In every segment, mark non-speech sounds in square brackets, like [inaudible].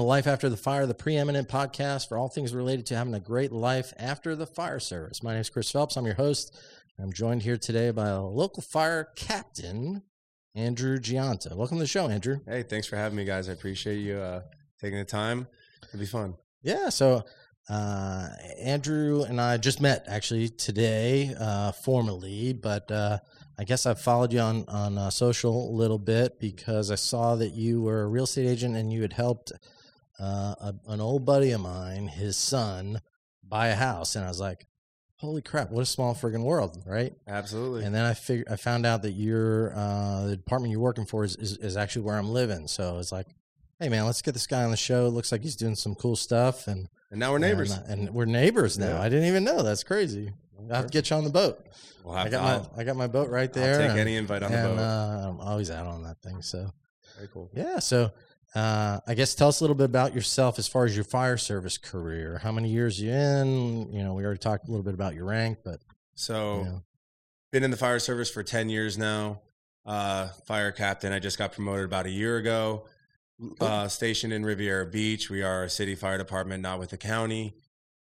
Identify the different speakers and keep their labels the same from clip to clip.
Speaker 1: Life After the Fire, the preeminent podcast for all things related to having a great life after the fire service. My name is Chris Phelps. I'm your host. I'm joined here today by a local fire captain, Andrew Gianta. Welcome to the show, Andrew.
Speaker 2: Hey, thanks for having me, guys. I appreciate you uh, taking the time. It'll be fun.
Speaker 1: Yeah. So uh, Andrew and I just met actually today uh, formally, but uh, I guess I followed you on on uh, social a little bit because I saw that you were a real estate agent and you had helped uh, a, an old buddy of mine, his son, buy a house, and I was like, "Holy crap! What a small friggin' world, right?"
Speaker 2: Absolutely.
Speaker 1: And then I fig- I found out that your uh, the department you're working for is, is is actually where I'm living. So it's like, hey man, let's get this guy on the show. Looks like he's doing some cool stuff, and
Speaker 2: And now we're neighbors.
Speaker 1: and, and we're neighbors now.
Speaker 2: Yeah.
Speaker 1: I didn't even know. That's crazy. I have to get you on the boat.
Speaker 2: We'll
Speaker 1: I
Speaker 2: have
Speaker 1: got
Speaker 2: to- I'll-
Speaker 1: my I got my boat right
Speaker 2: I'll
Speaker 1: there.
Speaker 2: take
Speaker 1: and-
Speaker 2: any invite on the
Speaker 1: and,
Speaker 2: boat.
Speaker 1: uh, I'm always out on that thing. So
Speaker 2: Very cool.
Speaker 1: yeah. So uh, I guess tell us a little bit about yourself as far as your fire service career. How many years you in? You know, we already talked a little bit about your rank, but you
Speaker 2: So,
Speaker 1: know.
Speaker 2: been in the fire service for 10 years now. Uh, fire captain. I just got promoted about a year ago. Uh, stationed in Riviera Beach. We are a city fire department, not with the county.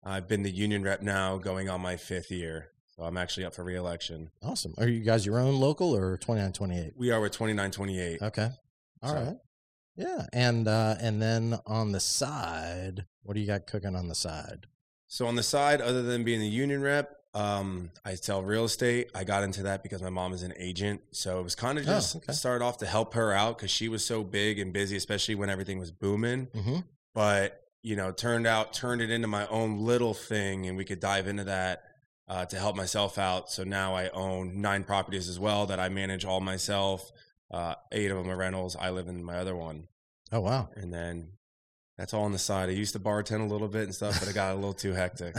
Speaker 2: I've been the union rep now, going on my fifth year. So, I'm actually up for reelection.
Speaker 1: awesome. Are you guys your own local or twenty nine twenty eight?
Speaker 2: We are with 2928.
Speaker 1: Okay. all
Speaker 2: So-
Speaker 1: right. Yeah, and uh, and then on the side, what do you got cooking on the side?
Speaker 2: So on the side, other than being a union rep, um, I sell real estate. I got into that because my mom is an agent, so it was kind of
Speaker 1: Oh,
Speaker 2: just
Speaker 1: okay.
Speaker 2: started off to help her out because she was so big and busy, especially when everything was booming.
Speaker 1: Mm-hmm.
Speaker 2: But you know, turned out turned it into my own little thing, and we could dive into that uh, to help myself out. So now I own nine properties as well that I manage all myself. Uh, eight of them are rentals. I live in my other one,
Speaker 1: Oh wow.
Speaker 2: and then. That's all on the side. I used to bartend a little bit and stuff, but it got a little too hectic.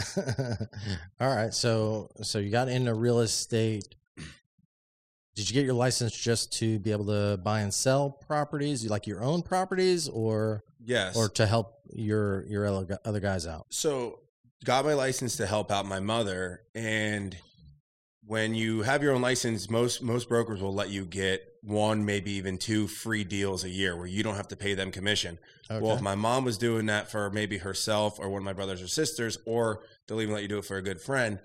Speaker 1: [laughs] All right. So so you got into real estate. Did you get your license just to be able to buy and sell properties, you like your own properties, or
Speaker 2: Yes.
Speaker 1: or to help your your other gu- other guys out?
Speaker 2: so got my license to help out my mother and when you have your own license most most brokers will let you get one maybe even two free deals a year where you don't have to pay them commission
Speaker 1: Okay.
Speaker 2: well if my mom was doing that for maybe herself or one of my brothers or sisters or they'll even let you do it for a good friend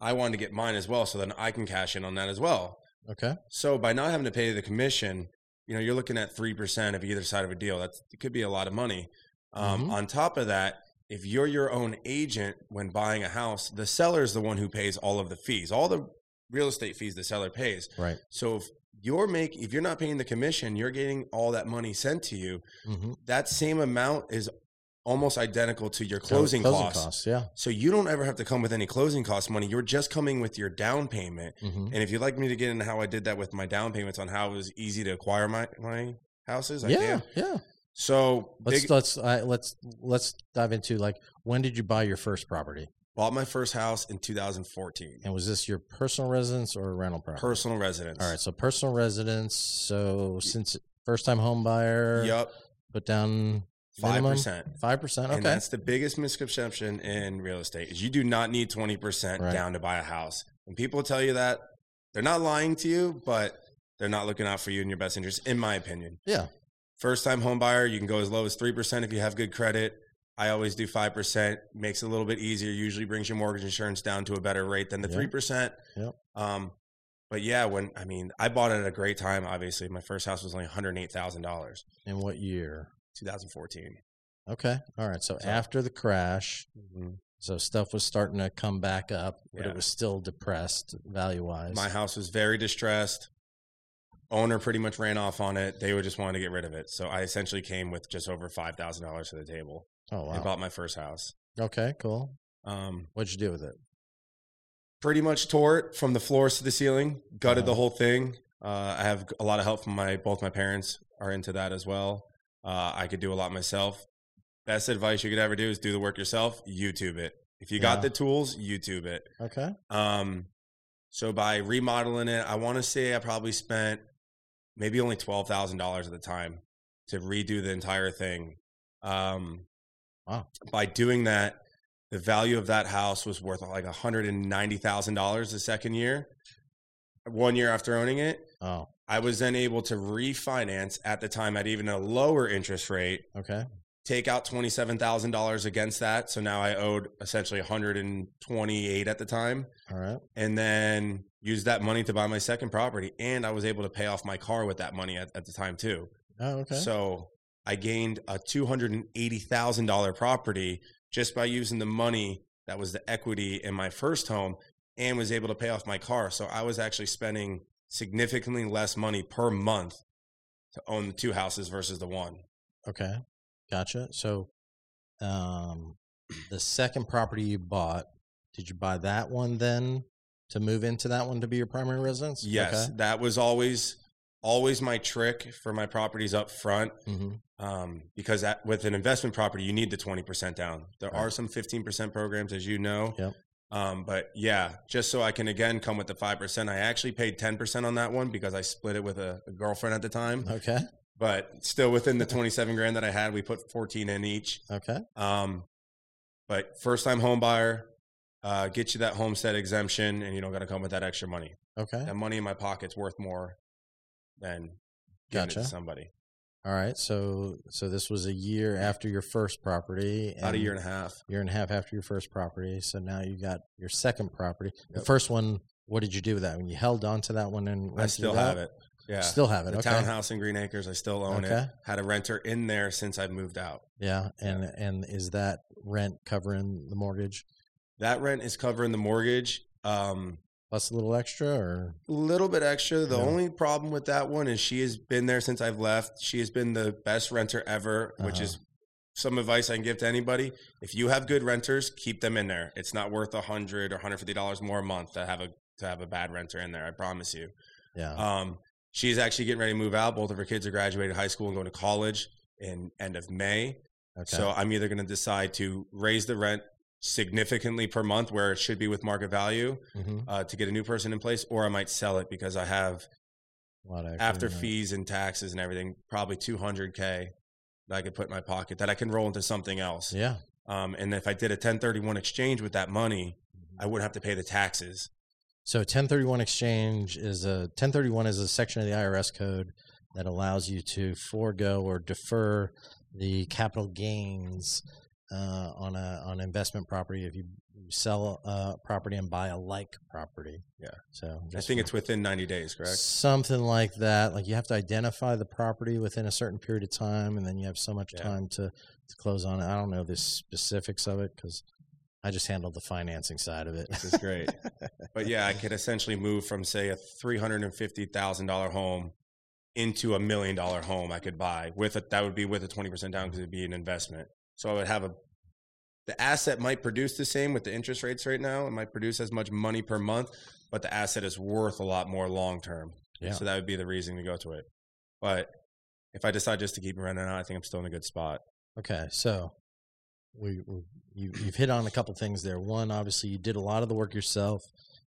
Speaker 2: i wanted to get mine as well so then i can cash in on that as well
Speaker 1: okay.
Speaker 2: so by not having to pay the commission, you know, you're looking at 3% of either side of a deal. That's, it could be a lot of money. Um,
Speaker 1: Mhm.
Speaker 2: On top of that, if you're your own agent when buying a house, the seller is the one who pays all of the fees, all the real estate fees the seller pays.
Speaker 1: Right.
Speaker 2: So if you're make if you're not paying the commission, you're getting all that money sent to you.
Speaker 1: hmm
Speaker 2: That same amount is almost identical to your closing, costs.
Speaker 1: Yeah.
Speaker 2: So you don't ever have to come with any closing cost money. You're just coming with your down payment.
Speaker 1: hmm
Speaker 2: And if you'd like me to get into how I did that with my down payments on how it was easy to acquire my, my houses, I
Speaker 1: Yeah.
Speaker 2: can.
Speaker 1: Yeah.
Speaker 2: So
Speaker 1: Let's
Speaker 2: big,
Speaker 1: let's I let's let's dive into like when did you buy your first property,
Speaker 2: bought my first house in 2014,
Speaker 1: and was this your personal residence or a rental property?
Speaker 2: personal residence.
Speaker 1: All right. So personal residence. So since first time home buyer.
Speaker 2: Yep,
Speaker 1: put down
Speaker 2: five
Speaker 1: Minimum?
Speaker 2: percent.
Speaker 1: five percent.
Speaker 2: And
Speaker 1: Okay,
Speaker 2: that's the biggest misconception in real estate is you do not need 20%
Speaker 1: Right.
Speaker 2: down to buy a house. When people tell you that, they're not lying to you, but they're not looking out for you in your best interest, in my opinion.
Speaker 1: Yeah.
Speaker 2: First time home buyer, you can go as low as 3% if you have good credit. I always do 5%, makes it a little bit easier, usually brings your mortgage insurance down to a better rate than the
Speaker 1: Yeah.
Speaker 2: 3%.
Speaker 1: Yep.
Speaker 2: Um, but yeah, when I mean, I bought it at a great time, obviously. My first house was only $108,000,
Speaker 1: in what year?
Speaker 2: 2014.
Speaker 1: Okay, all right. So,
Speaker 2: So-
Speaker 1: after the crash, so stuff was starting to come back up, but
Speaker 2: Yeah.
Speaker 1: it was still depressed value wise.
Speaker 2: My house was very distressed. Owner pretty much ran off on it. They were just wanting to get rid of it. So I essentially came with just over five thousand dollars to the table.
Speaker 1: oh
Speaker 2: I
Speaker 1: wow.
Speaker 2: bought my first house.
Speaker 1: Okay, cool.
Speaker 2: Um,
Speaker 1: What'd you do with it?
Speaker 2: pretty much tore it from the floors to the ceiling, gutted the
Speaker 1: Wow.
Speaker 2: whole thing. Uh, I have a lot of help from my both my parents are into that as well. Uh, I could do a lot myself. Best advice you could ever do is do the work yourself. YouTube it. If you
Speaker 1: Yeah.
Speaker 2: got the tools, YouTube it.
Speaker 1: Okay,
Speaker 2: Um, so by remodeling it, I want to say I probably spent maybe only twelve thousand dollars at the time to redo the entire thing. Um,
Speaker 1: Wow.
Speaker 2: By doing that, the value of that house was worth like one hundred and ninety thousand dollars the second year. One year after owning it,
Speaker 1: oh
Speaker 2: I was then able to refinance at the time at even a lower interest rate
Speaker 1: okay,
Speaker 2: take out twenty seven thousand dollars against that. So now I owed essentially one hundred and twenty eight at the time,
Speaker 1: All right.
Speaker 2: and then used that money to buy my second property, and I was able to pay off my car with that money at, at the time too.
Speaker 1: Oh, okay.
Speaker 2: So I gained a two hundred and eighty thousand dollar property just by using the money that was the equity in my first home, and was able to pay off my car. So I was actually spending significantly less money per month to own the two houses versus the one.
Speaker 1: okay. Gotcha. So, um, [clears throat] the second property you bought, did you buy that one then to move into that one to be your primary residence?
Speaker 2: Yes, that was always always my trick for my properties up front
Speaker 1: Okay. hmm
Speaker 2: um, because at, with an investment property you need the 20% down there are
Speaker 1: Right.
Speaker 2: some 15% programs as you know
Speaker 1: Yep.
Speaker 2: um, but yeah just so i can again come with the 5% i actually paid 10% on that one because i split it with a, a girlfriend at the time
Speaker 1: Okay.
Speaker 2: but still within the 27 grand that i had we put 14 in each
Speaker 1: Okay.
Speaker 2: um, but first time home buyer uh, get you that homestead exemption and you don't got to come with that extra money
Speaker 1: Okay.
Speaker 2: that money in my pocket's worth more than giving it to
Speaker 1: Gotcha.
Speaker 2: somebody.
Speaker 1: All right. So, so this was a year after your first property.
Speaker 2: About a year and a half.
Speaker 1: year and a half after your first property. So now you got your second property. The
Speaker 2: Yep.
Speaker 1: first one, what did you do with that? When you held on to that one and
Speaker 2: I
Speaker 1: rented
Speaker 2: still
Speaker 1: out?
Speaker 2: have it. Yeah.
Speaker 1: Still have it.
Speaker 2: the
Speaker 1: okay.
Speaker 2: townhouse in Green Acres, I still own
Speaker 1: Okay.
Speaker 2: it. Had a renter in there since I moved out.
Speaker 1: Yeah. And and is that rent covering the mortgage
Speaker 2: That rent is covering the mortgage. Um,
Speaker 1: plus a little extra or
Speaker 2: a little bit extra. The
Speaker 1: Yeah.
Speaker 2: only problem with that one is she has been there since I've left. She has been the best renter ever, which
Speaker 1: Uh-huh.
Speaker 2: is some advice I can give to anybody. If you have good renters, keep them in there. It's not worth a hundred or hundred fifty dollars more a month to have a to have a bad renter in there. I promise you.
Speaker 1: yeah.
Speaker 2: Um, she's actually getting ready to move out. Both of her kids are graduating high school and going to college in end of May.
Speaker 1: okay.
Speaker 2: So I'm either going to decide to raise the rent significantly per month where it should be with market value
Speaker 1: Mhm.
Speaker 2: uh, to get a new person in place, or I might sell it because I have
Speaker 1: A lot of equity
Speaker 2: after
Speaker 1: in that.
Speaker 2: fees and taxes and everything probably 200k that I could put in my pocket that I can roll into something else.
Speaker 1: Yeah.
Speaker 2: Um, and if I did a 1031 exchange with that money,
Speaker 1: Mm-hmm.
Speaker 2: I wouldn't have to pay the taxes.
Speaker 1: So 1031 exchange is a 1031 is a section of the IRS code that allows you to forego or defer the capital gains uh, on a on investment property if you sell a property and buy a like property.
Speaker 2: Yeah.
Speaker 1: So
Speaker 2: I
Speaker 1: just
Speaker 2: think it's within 90 days, correct?
Speaker 1: something like that. Like you have to identify the property within a certain period of time, and then you have so much
Speaker 2: Yeah.
Speaker 1: time to to close on it. I don't know the specifics of it because I just handled the financing side of it.
Speaker 2: which is great. but yeah, I could essentially move from say a three hundred and fifty thousand dollar home into a million dollar home I could buy with a, that would be with a twenty percent down because it'd be an investment. So I would have a the asset might produce the same with the interest rates right now. It might produce as much money per month, but the asset is worth a lot more long term.
Speaker 1: Yeah.
Speaker 2: So that would be the reason to go to it. But if I decide just to keep renting out, I think I'm still in a good spot.
Speaker 1: Okay, so we, we you, you've hit on a couple things there. One, obviously, you did a lot of the work yourself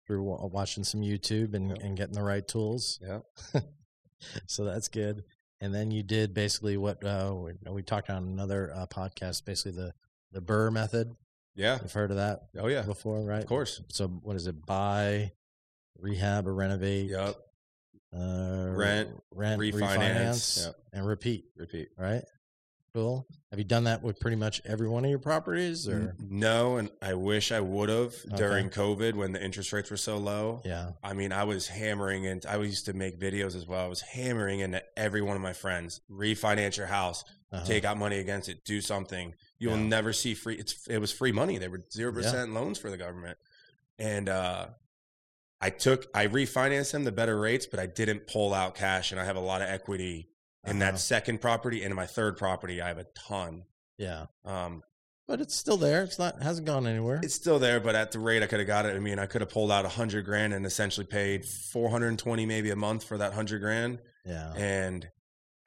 Speaker 1: through wa- watching some YouTube and,
Speaker 2: Yep.
Speaker 1: and getting the right tools.
Speaker 2: Yep.
Speaker 1: [laughs] so that's good. And then you did basically what uh, we, we talked on another uh, podcast, basically the the Burr method.
Speaker 2: Yeah.
Speaker 1: You've heard of
Speaker 2: [laughs]
Speaker 1: that
Speaker 2: Oh yeah.
Speaker 1: before, right?
Speaker 2: Of course.
Speaker 1: So what is it? Buy, rehab, or renovate?
Speaker 2: Yep.
Speaker 1: Uh,
Speaker 2: Rent,
Speaker 1: rent, refinance,
Speaker 2: refinance. Yep.
Speaker 1: and repeat.
Speaker 2: Repeat.
Speaker 1: Right. Cool. Have you done that with pretty much every one of your properties, or?
Speaker 2: N- No, and I wish I would have
Speaker 1: Okay.
Speaker 2: during COVID when the interest rates were so low.
Speaker 1: Yeah.
Speaker 2: I mean, I was hammering and I used to make videos as well. I was hammering into every one of my friends, refinance your house,
Speaker 1: uh-huh.
Speaker 2: take out money against it, do something. You'll
Speaker 1: Yeah.
Speaker 2: never see free. It's it was free money. They were zero percent loans for the government, and uh, I took I refinanced them the better rates, but I didn't pull out cash, and I have a lot of equity in
Speaker 1: Uh-huh.
Speaker 2: that second property and in my third property. I have a ton.
Speaker 1: Yeah.
Speaker 2: Um,
Speaker 1: But it's still there. It's not hasn't gone anywhere.
Speaker 2: It's still there, but at the rate I could have got it, I mean, I could have pulled out a hundred grand and essentially paid four hundred and twenty maybe a month for that hundred grand, [laughs]
Speaker 1: yeah.
Speaker 2: and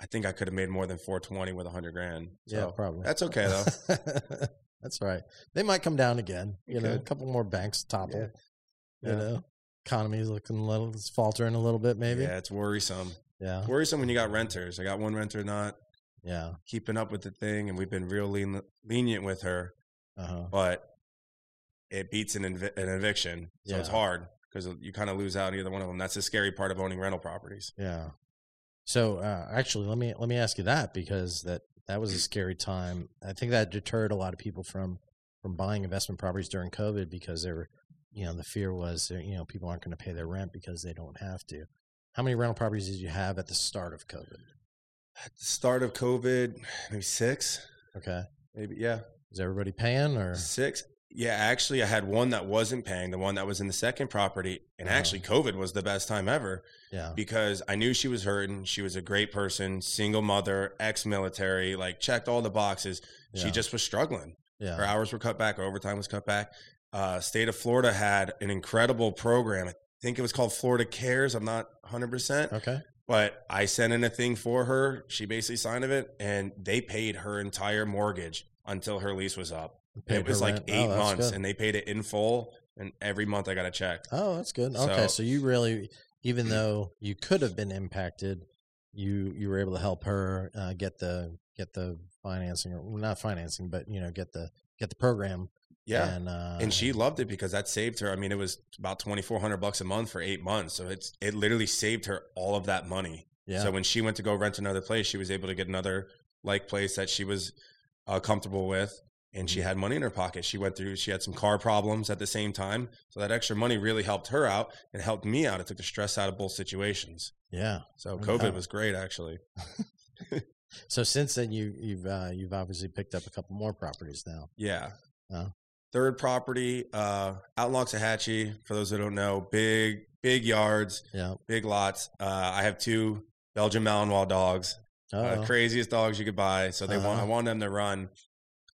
Speaker 2: I think I could have made more than four twenty with a hundred grand. So
Speaker 1: yeah, probably.
Speaker 2: that's okay though.
Speaker 1: that's right. They might come down again. You
Speaker 2: They
Speaker 1: know, a
Speaker 2: could.
Speaker 1: couple more banks topple.
Speaker 2: Yeah.
Speaker 1: You know. Economy's looking a little it's faltering a little bit [laughs] maybe. Uh-huh.
Speaker 2: Yeah, it's worrisome.
Speaker 1: Yeah.
Speaker 2: It's worrisome when you got renters. I got one renter not
Speaker 1: Yeah.
Speaker 2: keeping up with the thing, and we've been real lean, lenient with her,
Speaker 1: Uh-huh.
Speaker 2: but it beats an, inv- an eviction, so it's
Speaker 1: Yeah.
Speaker 2: hard because you kind of lose out on either one of them. That's the scary part of owning rental properties.
Speaker 1: Yeah. So uh, actually, let me let me ask you that because that that was a scary time. I think that deterred a lot of people from from buying investment properties during COVID because they were, you know, the fear was that, you know people aren't going to pay their rent because they don't have to. How many rental properties did you have at the start of COVID?
Speaker 2: At the start of COVID, maybe six,
Speaker 1: Okay,
Speaker 2: maybe yeah,
Speaker 1: is everybody paying or
Speaker 2: six. Yeah, actually, I had one that wasn't paying, the one that was in the second property, and
Speaker 1: Wow.
Speaker 2: actually, COVID was the best time ever
Speaker 1: yeah?
Speaker 2: because I knew she was hurting. She was a great person, single mother, ex-military, like checked all the boxes.
Speaker 1: Yeah.
Speaker 2: She just was struggling.
Speaker 1: Yeah,
Speaker 2: Her hours were cut back. Her overtime was cut back. Uh, state of Florida had an incredible program. I think it was called Florida Cares. I'm not 100%,
Speaker 1: okay,
Speaker 2: but I sent in a thing for her. She basically signed of it, and they paid her entire mortgage until her lease was up.
Speaker 1: Paid
Speaker 2: it was
Speaker 1: her
Speaker 2: like
Speaker 1: rent. Oh,
Speaker 2: eight
Speaker 1: that's
Speaker 2: months,
Speaker 1: good.
Speaker 2: and they paid it in full. And every month I got a check.
Speaker 1: Oh, that's good. Okay,
Speaker 2: So-
Speaker 1: so you really, even though you could have been impacted, you you were able to help her uh, get the get the financing or well, not financing, but you know get the get the program.
Speaker 2: Yeah.
Speaker 1: and, uh,
Speaker 2: and she loved it because that saved her. I mean, it was about twenty four hundred bucks a month for eight months, so it's it literally saved her all of that money.
Speaker 1: yeah,
Speaker 2: So when she went to go rent another place, she was able to get another like place that she was uh, comfortable with, and she
Speaker 1: Mhm.
Speaker 2: had money in her pocket. She went through. She had some car problems at the same time, so that extra money really helped her out and helped me out. It took the stress out of both situations.
Speaker 1: yeah.
Speaker 2: So
Speaker 1: Okay.
Speaker 2: COVID was great, actually.
Speaker 1: So since then, you you've uh, you've obviously picked up a couple more properties now.
Speaker 2: Yeah. uh,
Speaker 1: Wow.
Speaker 2: Third property, uh, out in Loxahatchee. For those who don't know, big big yards.
Speaker 1: Yeah.
Speaker 2: big lots. Uh, I have two Belgian Malinois dogs, uh,
Speaker 1: Uh-oh.
Speaker 2: craziest dogs you could buy. So they want
Speaker 1: Uh-huh.
Speaker 2: I want them to run.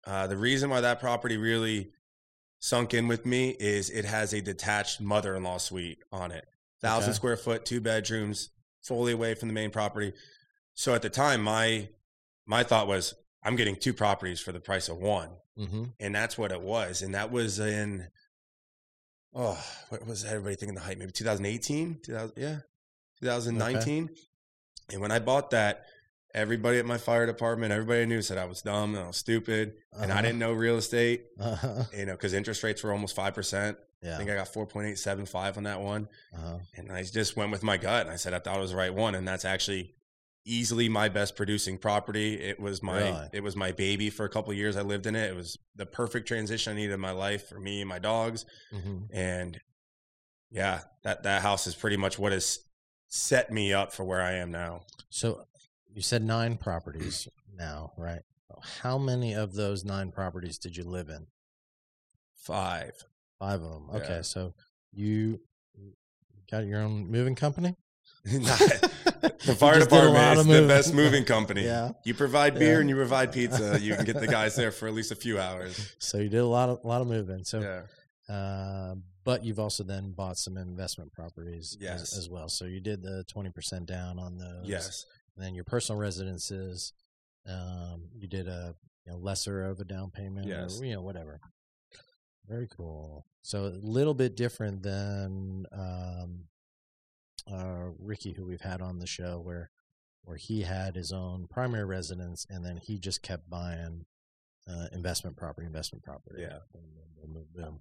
Speaker 2: Uh, the reason why that property really sunk in with me is it has a detached mother-in-law suite on it, thousand
Speaker 1: Okay.
Speaker 2: square foot, two bedrooms, fully away from the main property. So at the time, my my thought was I'm getting two properties for the price of one
Speaker 1: Mhm.
Speaker 2: and that's what it was. And that was in oh, what was everybody thinking the height? Maybe 2018, 2000, yeah, 2019. And when I bought that, everybody at my fire department, everybody I knew said I was dumb and I was stupid, and I
Speaker 1: Uh-huh.
Speaker 2: didn't know real estate,
Speaker 1: Uh-huh. [laughs]
Speaker 2: you know, because interest rates were almost five percent. I
Speaker 1: Yeah.
Speaker 2: think I got 4.875 on that one,
Speaker 1: Uh-huh.
Speaker 2: and I just went with my gut, and I said I thought it was the right one, and that's actually. Easily my best producing property. It was my
Speaker 1: Really?
Speaker 2: it was my baby for a couple of years. I lived in it. It was the perfect transition I needed in my life for me and my dogs.
Speaker 1: Mhm.
Speaker 2: And yeah, that that house is pretty much what has set me up for where I am now.
Speaker 1: So you said nine properties now, right? How many of those nine properties did you live in?
Speaker 2: Five. [laughs]
Speaker 1: Five of them.
Speaker 2: Yeah.
Speaker 1: Okay, so you got your own moving company. [laughs]
Speaker 2: the
Speaker 1: the
Speaker 2: fire department is the best moving
Speaker 1: [laughs]
Speaker 2: company.
Speaker 1: Yeah.
Speaker 2: You provide beer
Speaker 1: Yeah.
Speaker 2: and you provide pizza. You can get
Speaker 1: [laughs]
Speaker 2: the guys there for at least a few hours.
Speaker 1: So you did a lot of lot of moving. So,
Speaker 2: Yeah.
Speaker 1: uh, but you've also then bought some investment properties as-
Speaker 2: Yes.
Speaker 1: as, well. So you did the twenty percent down on those.
Speaker 2: Yes.
Speaker 1: And then your personal residences. Um, you did a you know, lesser of a down payment.
Speaker 2: Yes.
Speaker 1: Or, you know whatever. Very cool. So a little bit different than um, uh, Ricky, who we've had on the show, where where he had his own primary residence, and then he just kept buying uh, investment property, investment property.
Speaker 2: Yeah.
Speaker 1: Boom, boom, boom, boom, boom.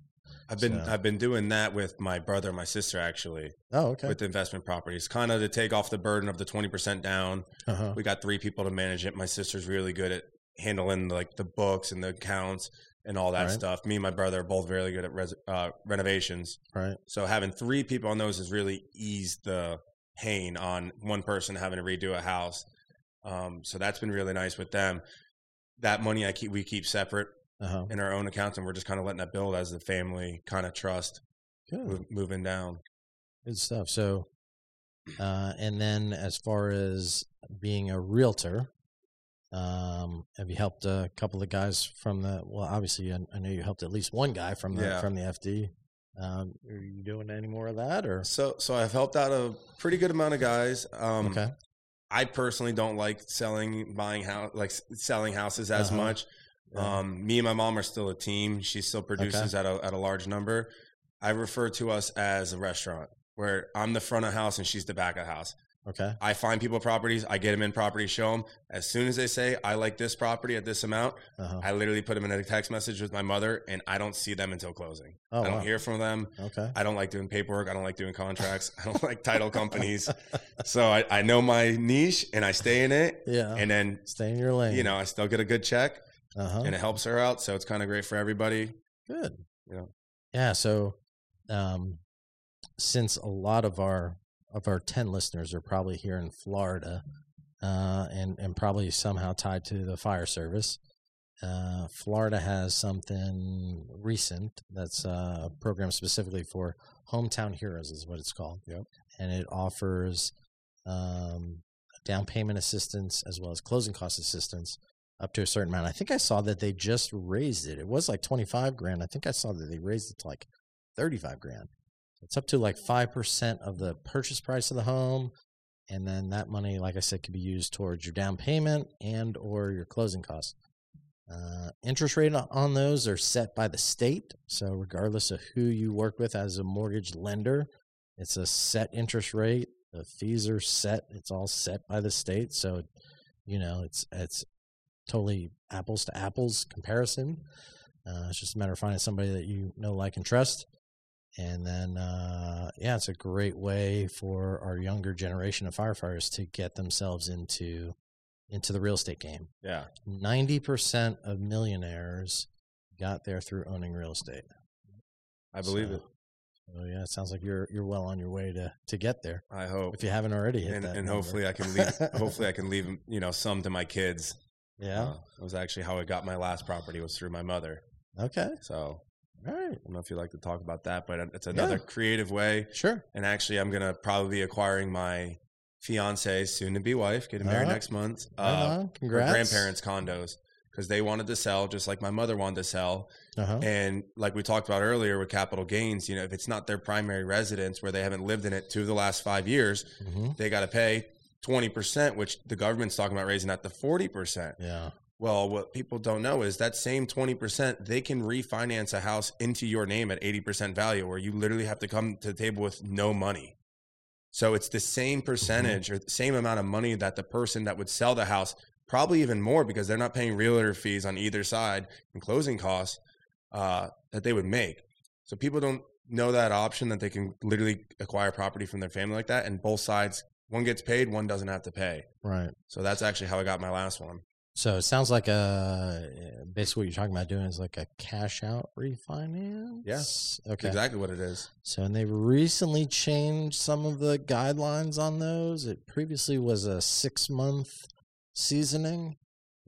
Speaker 2: I've been
Speaker 1: So-
Speaker 2: I've been doing that with my brother and my sister actually
Speaker 1: Oh, okay.
Speaker 2: with investment properties, kind of to take off the burden of the twenty percent down.
Speaker 1: Uh-huh.
Speaker 2: we got three people to manage it. My sister's really good at handling like the books and the accounts and all that
Speaker 1: Right.
Speaker 2: stuff. Me and my brother are both really good at res- uh, renovations.
Speaker 1: Right.
Speaker 2: So having three people on those has really eased the pain on one person having to redo a house. Um, so that's been really nice with them. That money I keep we keep separate
Speaker 1: Uh-huh.
Speaker 2: in our own accounts, and we're just kind of letting that build as the family kind of trust
Speaker 1: Good.
Speaker 2: move, moving down.
Speaker 1: Good stuff. So, uh, and then as far as being a realtor, um, have you helped a couple of guys from the? Well, obviously, I, I know you helped at least one guy from the
Speaker 2: Yeah.
Speaker 1: from the FD. Um, are you doing any more of that or?
Speaker 2: So so I've helped out a pretty good amount of guys. Um,
Speaker 1: okay.
Speaker 2: I personally don't like selling, buying house, like s- selling houses as
Speaker 1: Uh-huh.
Speaker 2: much.
Speaker 1: Yeah.
Speaker 2: Um, me and my mom are still a team. She still produces at a at a large number. I refer to us as a restaurant where I'm the front of house and she's the back of house.
Speaker 1: Okay.
Speaker 2: I find people properties, I get them in property, show them. As soon as they say, I like this property at this amount,
Speaker 1: Uh-huh.
Speaker 2: I literally put them in a text message with my mother and I don't see them until closing.
Speaker 1: Oh,
Speaker 2: I don't
Speaker 1: wow.
Speaker 2: hear from them. [laughs]
Speaker 1: Okay.
Speaker 2: I don't like doing paperwork. I don't like doing contracts. [laughs] I don't like title companies. So I, I know my niche and I stay in it.
Speaker 1: Yeah.
Speaker 2: And then,
Speaker 1: Stay in your lane.
Speaker 2: you know, I still get a good check
Speaker 1: Uh-huh.
Speaker 2: and it helps her out. So it's kind of great for everybody.
Speaker 1: Good.
Speaker 2: Yeah.
Speaker 1: Yeah. So, um, since a lot of our of our ten listeners are probably here in Florida, uh, and and probably somehow tied to the fire service, uh, Florida has something recent that's uh, a program specifically for hometown heroes, is what it's called.
Speaker 2: Yep.
Speaker 1: And it offers um, down payment assistance as well as closing cost assistance up to a certain amount. I think I saw that they just raised it. It was like 25 grand. I think I saw that they raised it to like 35 grand. It's up to like 5% of the purchase price of the home and then that money like I said could be used towards your down payment and or your closing costs. Uh, interest rate on- on those are set by the state, so regardless of who you work with as a mortgage lender, it's a set interest rate. The fees are set. It's all set by the state, so you know it's it's totally apples to apples comparison. Uh, it's just a matter of finding somebody that you know, like, and trust. And then, uh, yeah, it's a great way for our younger generation of firefighters to get themselves into into the real estate game.
Speaker 2: Yeah.
Speaker 1: Ninety percent of millionaires got there through owning real estate.
Speaker 2: I believe
Speaker 1: So-
Speaker 2: it.
Speaker 1: So yeah, it sounds like you're you're well on your way to to get there
Speaker 2: I hope.
Speaker 1: if you haven't already hit
Speaker 2: And,
Speaker 1: that.
Speaker 2: and
Speaker 1: number.
Speaker 2: hopefully I
Speaker 1: [laughs]
Speaker 2: can leave, hopefully I can leave, you know, some to my kids.
Speaker 1: yeah.
Speaker 2: Uh, it was actually how I got my last property was through my mother.
Speaker 1: Okay.
Speaker 2: So
Speaker 1: All right.
Speaker 2: I don't know if you'd like to talk about that, but it's another creative way.
Speaker 1: Sure.
Speaker 2: And actually, I'm going to probably be acquiring my fiance, soon to be wife, getting married
Speaker 1: Uh-huh.
Speaker 2: next month,
Speaker 1: Right
Speaker 2: uh,
Speaker 1: on.
Speaker 2: her
Speaker 1: Congrats.
Speaker 2: grandparents' condos because they wanted to sell just like my mother wanted to sell.
Speaker 1: Uh-huh.
Speaker 2: And like we talked about earlier with capital gains, you know, if it's not their primary residence where they haven't lived in it two of the last five years,
Speaker 1: hmm
Speaker 2: they got to pay 20%, which the government's talking about raising that to 40%.
Speaker 1: Yeah.
Speaker 2: Well, what people don't know is that same 20%, they can refinance a house into your name at 80% value, where you literally have to come to the table with no money. So it's the same percentage or the same amount of money that the person that would sell the house, probably even more because they're not paying realtor fees on either side and closing costs uh, that they would make. So people don't know that option that they can literally acquire property from their family like that. And both sides, one gets paid, one doesn't have to pay.
Speaker 1: Right.
Speaker 2: So that's actually how I got my last one.
Speaker 1: So it sounds like a basically what you're talking about doing is like a cash out refinance.
Speaker 2: Yes. That's
Speaker 1: Okay.
Speaker 2: exactly what it is.
Speaker 1: So and they recently changed some of the guidelines on those. It previously was a six month seasoning.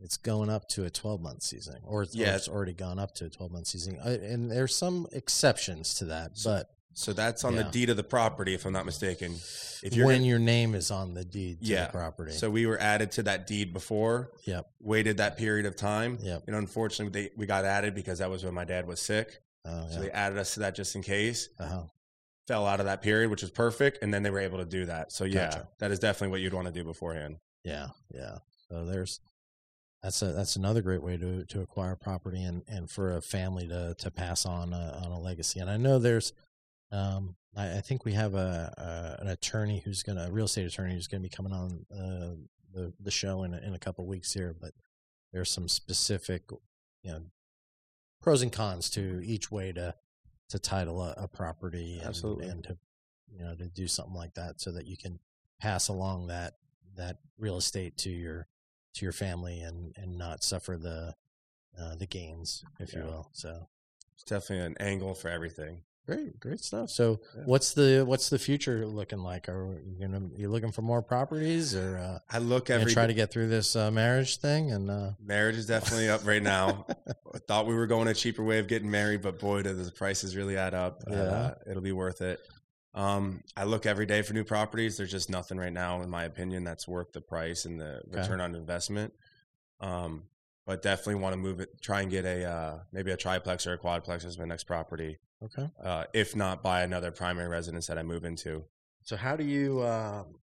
Speaker 1: It's going up to a twelve month seasoning, or it's, or
Speaker 2: Yeah.
Speaker 1: it's already gone up to a twelve month seasoning. I- And there's some exceptions to that,
Speaker 2: So-
Speaker 1: but
Speaker 2: So that's on the
Speaker 1: Yeah.
Speaker 2: deed of the property, if I'm not mistaken. If you're
Speaker 1: when
Speaker 2: gonna-
Speaker 1: your name is on the deed to
Speaker 2: Yeah.
Speaker 1: the property,
Speaker 2: so we were added to that deed before.
Speaker 1: Yep.
Speaker 2: Waited that period of time.
Speaker 1: Yep.
Speaker 2: And unfortunately, they, we got added because that was when my dad was sick.
Speaker 1: oh,
Speaker 2: So
Speaker 1: yeah.
Speaker 2: they added us to that just in case.
Speaker 1: uh-huh.
Speaker 2: Fell out of that period, which was perfect, and then they were able to do that. So yeah,
Speaker 1: Gotcha.
Speaker 2: that is definitely what you'd want to do beforehand.
Speaker 1: Yeah, yeah. So there's that's a that's another great way to to acquire property and and for a family to to pass on a, on a legacy. And I know there's um I, I think we have a, a an attorney who's gonna a real estate attorney who's gonna be coming on uh, the the show in a- in a couple weeks here, but there's some specific you know pros and cons to each way to to title a, a property and,
Speaker 2: Absolutely.
Speaker 1: and to you know to do something like that so that you can pass along that that real estate to your to your family and and not suffer the uh, the gains if you
Speaker 2: Yeah.
Speaker 1: will so
Speaker 2: It's definitely an angle for everything.
Speaker 1: great great stuff so
Speaker 2: Yeah.
Speaker 1: what's the what's the future looking like are you gonna you looking for more properties or uh
Speaker 2: I look
Speaker 1: you
Speaker 2: every
Speaker 1: gonna try to get through this uh, marriage thing and uh
Speaker 2: marriage is definitely up right now. I thought we were going a cheaper way of getting married, but boy, do the prices really add up. and,
Speaker 1: Yeah.
Speaker 2: uh, it'll be worth it. Um, I look every day for new properties. There's just nothing right now, in my opinion, that's worth the price and the
Speaker 1: Okay.
Speaker 2: return on investment. Um, but definitely want to move it. Try and get a uh, maybe a triplex or a quadplex as my next property.
Speaker 1: okay
Speaker 2: Uh, if not, buy another primary residence that I move into.
Speaker 1: so how do you um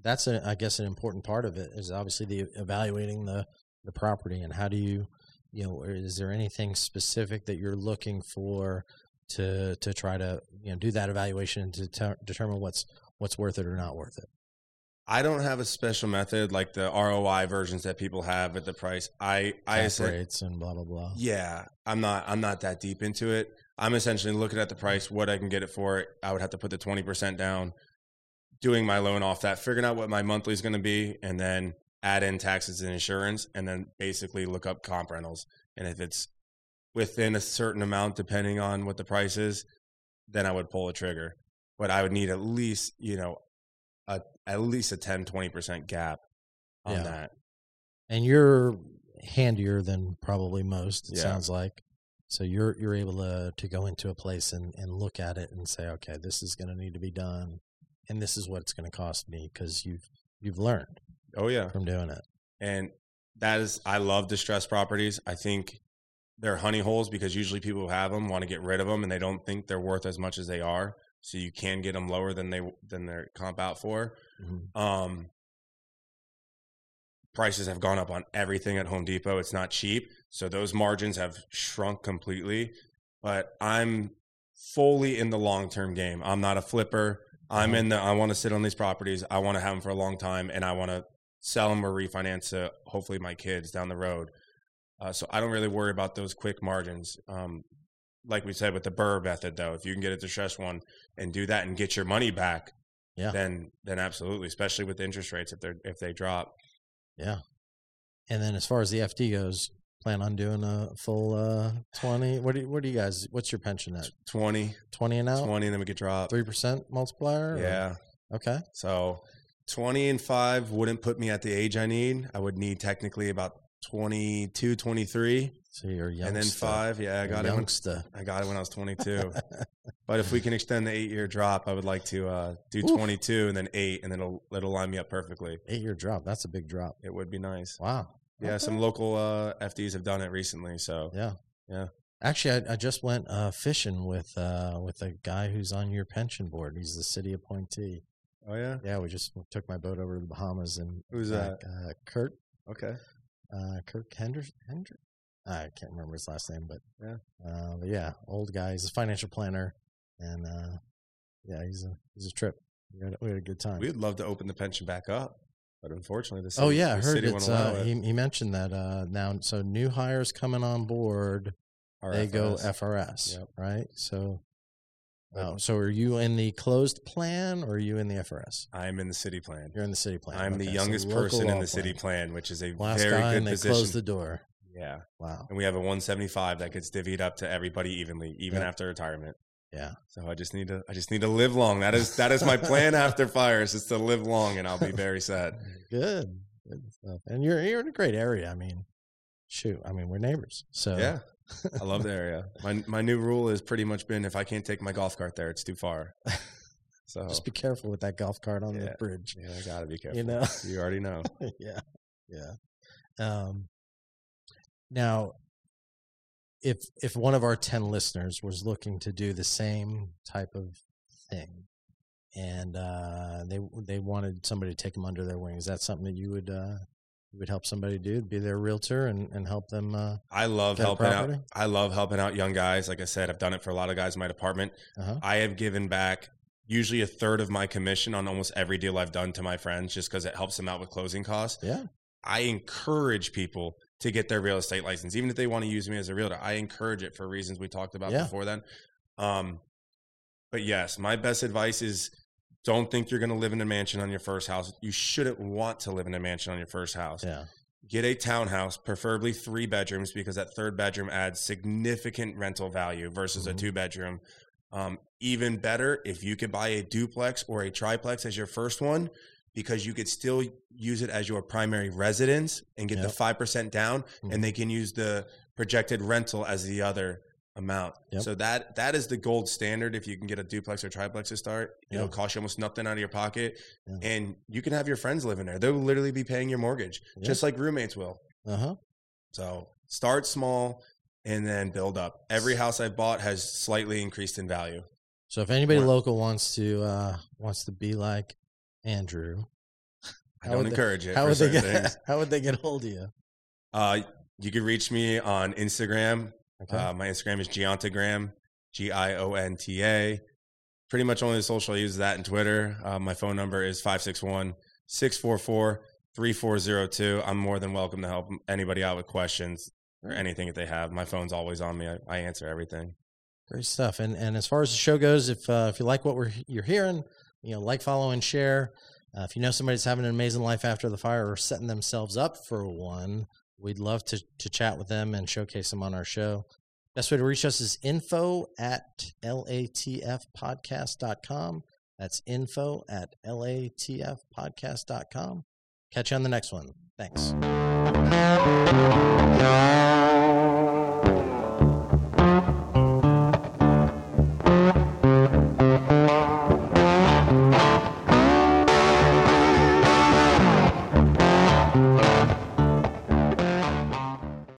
Speaker 1: that's a i guess an important part of it is obviously the evaluating the the property and how do you you know or is there anything specific that you're looking for to to try to you know do that evaluation to ter- determine what's what's worth it or not worth it
Speaker 2: I don't have a special method like the ROI versions that people have at the price. I I
Speaker 1: Cap
Speaker 2: said
Speaker 1: rates and blah blah blah.
Speaker 2: yeah, I'm not I'm not that deep into it. I'm essentially looking at the price, what I can get it for. I would have to put the 20% down, doing my loan off that, figuring out what my monthly is going to be, and then add in taxes and insurance, and then basically look up comp rentals. And if it's within a certain amount, depending on what the price is, then I would pull a trigger. But I would need at least, you know, a, at least a 10, 20% gap on
Speaker 1: Yeah.
Speaker 2: that.
Speaker 1: And you're handier than probably most. It
Speaker 2: Yeah.
Speaker 1: sounds like. So you're you're able to to go into a place and and look at it and say, okay, this is going to need to be done, and this is what it's going to cost me because you've you've learned
Speaker 2: Oh, yeah.
Speaker 1: from doing it.
Speaker 2: and that is i love distressed properties i think they're honey holes because usually people who have them want to get rid of them and they don't think they're worth as much as they are so you can get them lower than they than they're comp out for
Speaker 1: Mhm.
Speaker 2: um prices have gone up on everything at home depot it's not cheap so those margins have shrunk completely but i'm fully in the long term game i'm not a flipper i'm in the i want to sit on these properties i want to have them for a long time and i want to sell them or refinance to hopefully my kids down the road. Uh, so I don't really worry about those quick margins. Um, like we said with the Burr method, though, if you can get a distressed one and do that and get your money back,
Speaker 1: Yeah.
Speaker 2: then then absolutely, especially with interest rates if they're if they drop.
Speaker 1: And then as far as the FD goes, plan on doing a full uh, twenty. What do you, what do you guys? What's your pension at?
Speaker 2: 20,
Speaker 1: Twenty and out,
Speaker 2: 20, and then we could drop.
Speaker 1: three percent multiplier. or-
Speaker 2: Yeah.
Speaker 1: Okay.
Speaker 2: So 20 and 5 wouldn't put me at the age I need. I would need technically about 22, 23.
Speaker 1: So you're young.
Speaker 2: and then 5. Yeah, I got it. when-
Speaker 1: youngster.
Speaker 2: I got it when I
Speaker 1: [laughs]
Speaker 2: was 22. but if we can extend the eight year drop, I would like to uh, do
Speaker 1: Oof.
Speaker 2: 22 and then eight, and then it'll, it'll line me up perfectly.
Speaker 1: Eight year drop. That's a big drop.
Speaker 2: It would be nice.
Speaker 1: Wow.
Speaker 2: Yeah,
Speaker 1: Okay.
Speaker 2: some local uh, FDs have done it recently. So
Speaker 1: Actually, I, I just went uh, fishing with uh, with a guy who's on your pension board. He's the city appointee.
Speaker 2: oh yeah,
Speaker 1: Yeah, we just took my boat over to the Bahamas and
Speaker 2: who's that?
Speaker 1: uh, Kurt
Speaker 2: Okay,
Speaker 1: uh, Kirk Henders Hender? I can't remember his last name, but
Speaker 2: Yeah.
Speaker 1: uh, but yeah, old guy. He's a financial planner, and uh, yeah, he's a he's a trip. We had, we had a good time.
Speaker 2: we'd love to open the pension back up, but unfortunately, the city,
Speaker 1: oh yeah, I
Speaker 2: the
Speaker 1: heard
Speaker 2: city won't
Speaker 1: it's uh,
Speaker 2: allow it.
Speaker 1: he he mentioned that uh, now. So new hires coming on board, they go
Speaker 2: RFS.
Speaker 1: FRS,
Speaker 2: Yep.
Speaker 1: right? So.
Speaker 2: Yep.
Speaker 1: Oh, so are you in the closed plan or are you in the FRS?
Speaker 2: I'm in the city plan.
Speaker 1: You're in the city plan.
Speaker 2: I'm
Speaker 1: Okay,
Speaker 2: the
Speaker 1: so
Speaker 2: youngest
Speaker 1: local
Speaker 2: person in
Speaker 1: law
Speaker 2: the city
Speaker 1: plan.
Speaker 2: plan, which is a
Speaker 1: Last
Speaker 2: very
Speaker 1: guy,
Speaker 2: good
Speaker 1: and they
Speaker 2: position.
Speaker 1: closed the door.
Speaker 2: yeah,
Speaker 1: Wow.
Speaker 2: and we have a 175 that gets divvied up to everybody evenly, even
Speaker 1: Yeah.
Speaker 2: after retirement.
Speaker 1: Yeah.
Speaker 2: So I just need to I just need to live long. That is that is
Speaker 1: [laughs]
Speaker 2: my plan after fires is to live long, and I'll be very sad.
Speaker 1: Good, good stuff. And you're you're in a great area. I mean, shoot, I mean we're neighbors. So
Speaker 2: Yeah, I love the area. My my new rule has pretty much been if I can't take my golf cart there, it's
Speaker 1: [laughs]
Speaker 2: too far. So
Speaker 1: just be careful with that golf cart on the
Speaker 2: Yeah.
Speaker 1: bridge.
Speaker 2: yeah, I gotta be careful.
Speaker 1: You know,
Speaker 2: You already know.
Speaker 1: yeah, yeah. Um, now, if if one of our ten listeners was looking to do the same type of thing, and uh, they they wanted somebody to take them under their wing, is that something that you would uh, you would help somebody do? Be their realtor and and help them. Uh,
Speaker 2: I love
Speaker 1: Got a
Speaker 2: helping out.
Speaker 1: property?
Speaker 2: I love helping out young guys. Like I said, I've done it for a lot of guys in my department.
Speaker 1: Uh-huh.
Speaker 2: I have given back usually a third of my commission on almost every deal I've done to my friends, just because it helps them out with closing costs.
Speaker 1: Yeah.
Speaker 2: I encourage people to get their real estate license, even if they want to use me as a realtor. I encourage it for reasons we talked about
Speaker 1: Yeah.
Speaker 2: before then. Um, but yes, my best advice is don't think you're going to live in a mansion on your first house. You shouldn't want to live in a mansion on your first house
Speaker 1: yeah,
Speaker 2: get a townhouse, preferably three bedrooms, because that third bedroom adds significant rental value versus a
Speaker 1: Mhm.
Speaker 2: two bedroom. Um, even better if you could buy a duplex or a triplex as your first one, because you could still use it as your primary residence and get the
Speaker 1: Yep.
Speaker 2: five percent down,
Speaker 1: Mhm.
Speaker 2: and they can use the projected rental as the other amount.
Speaker 1: Yep.
Speaker 2: So that that is the gold standard. If you can get a duplex or triplex to start, it'll
Speaker 1: Yeah.
Speaker 2: cost you almost nothing out of your pocket,
Speaker 1: Yeah.
Speaker 2: and you can have your friends living there. They'll literally be paying your mortgage,
Speaker 1: Yeah.
Speaker 2: just like roommates will.
Speaker 1: uh huh.
Speaker 2: So start small and then build up. Every house I bought has slightly increased in value.
Speaker 1: So if anybody
Speaker 2: Wow.
Speaker 1: local wants to uh, wants to be like Andrew,
Speaker 2: I
Speaker 1: How
Speaker 2: don't
Speaker 1: would they-
Speaker 2: encourage it.
Speaker 1: how
Speaker 2: for
Speaker 1: would they
Speaker 2: certain
Speaker 1: get
Speaker 2: things.
Speaker 1: [laughs] how would they get hold of you?
Speaker 2: Uh, you can reach me on Instagram.
Speaker 1: Okay.
Speaker 2: Uh, my Instagram is Geontagram, G I O N T A. Pretty much only the social I use that and Twitter. Uh, my phone number is 561 644 3402. I'm more than welcome to help anybody out with questions or anything that they have. My phone's always on me, I, I answer everything.
Speaker 1: Great stuff. And and as far as the show goes, if uh, if you like what we're you're hearing, you know, like, follow, and share. Uh, if you know somebody that's having an amazing life after the fire or setting themselves up for one, we'd love to to chat with them and showcase them on our show. Best way to reach us is info at latfpodcast.com. That's info at latfpodcast.com. Catch you on the next one. Thanks.